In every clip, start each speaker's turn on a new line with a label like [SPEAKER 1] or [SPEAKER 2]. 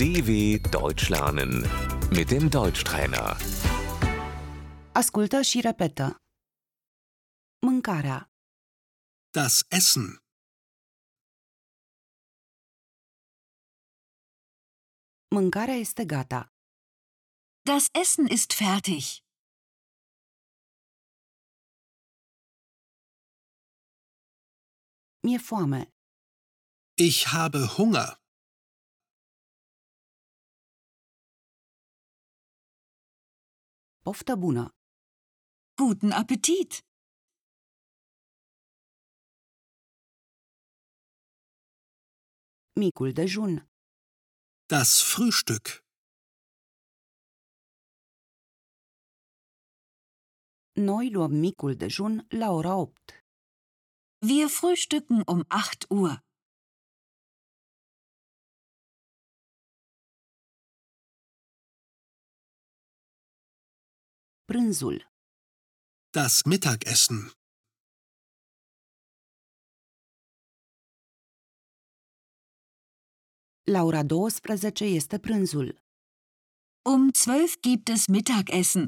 [SPEAKER 1] DW Deutsch lernen mit dem Deutschtrainer.
[SPEAKER 2] Ascultă și repetă. Mâncarea.
[SPEAKER 3] Das Essen.
[SPEAKER 2] Mâncarea este gata.
[SPEAKER 4] Das Essen ist fertig.
[SPEAKER 2] Mi-e foame.
[SPEAKER 3] Ich habe Hunger.
[SPEAKER 2] Poftă bună.
[SPEAKER 4] Guten Appetit!
[SPEAKER 2] Micul dejun.
[SPEAKER 3] Das Frühstück.
[SPEAKER 2] Noi luăm micul dejun la ora 8.
[SPEAKER 4] Wir frühstücken um 8 Uhr.
[SPEAKER 2] Prânzul.
[SPEAKER 3] Das Mittagessen.
[SPEAKER 2] La ora 12 este prânzul.
[SPEAKER 4] Um 12 gibt es Mittagessen.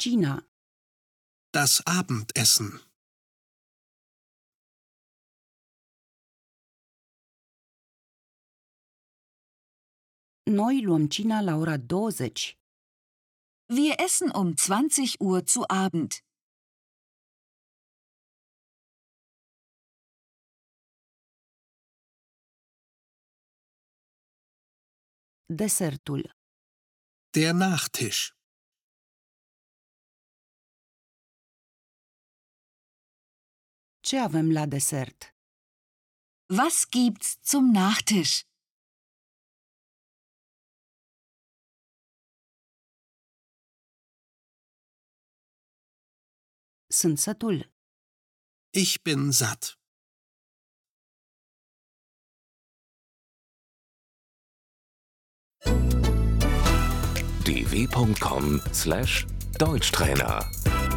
[SPEAKER 2] Cina.
[SPEAKER 3] Das Abendessen.
[SPEAKER 2] Noi luăm cina la ora 20.
[SPEAKER 4] Wir essen um 20 Uhr zu Abend.
[SPEAKER 2] Desertul.
[SPEAKER 3] Der Nachtisch.
[SPEAKER 2] Ce avem la desert?
[SPEAKER 4] Was gibt's zum Nachtisch?
[SPEAKER 2] Sunt sătul.
[SPEAKER 3] Ich bin satt.
[SPEAKER 1] dw.com/deutschtrainer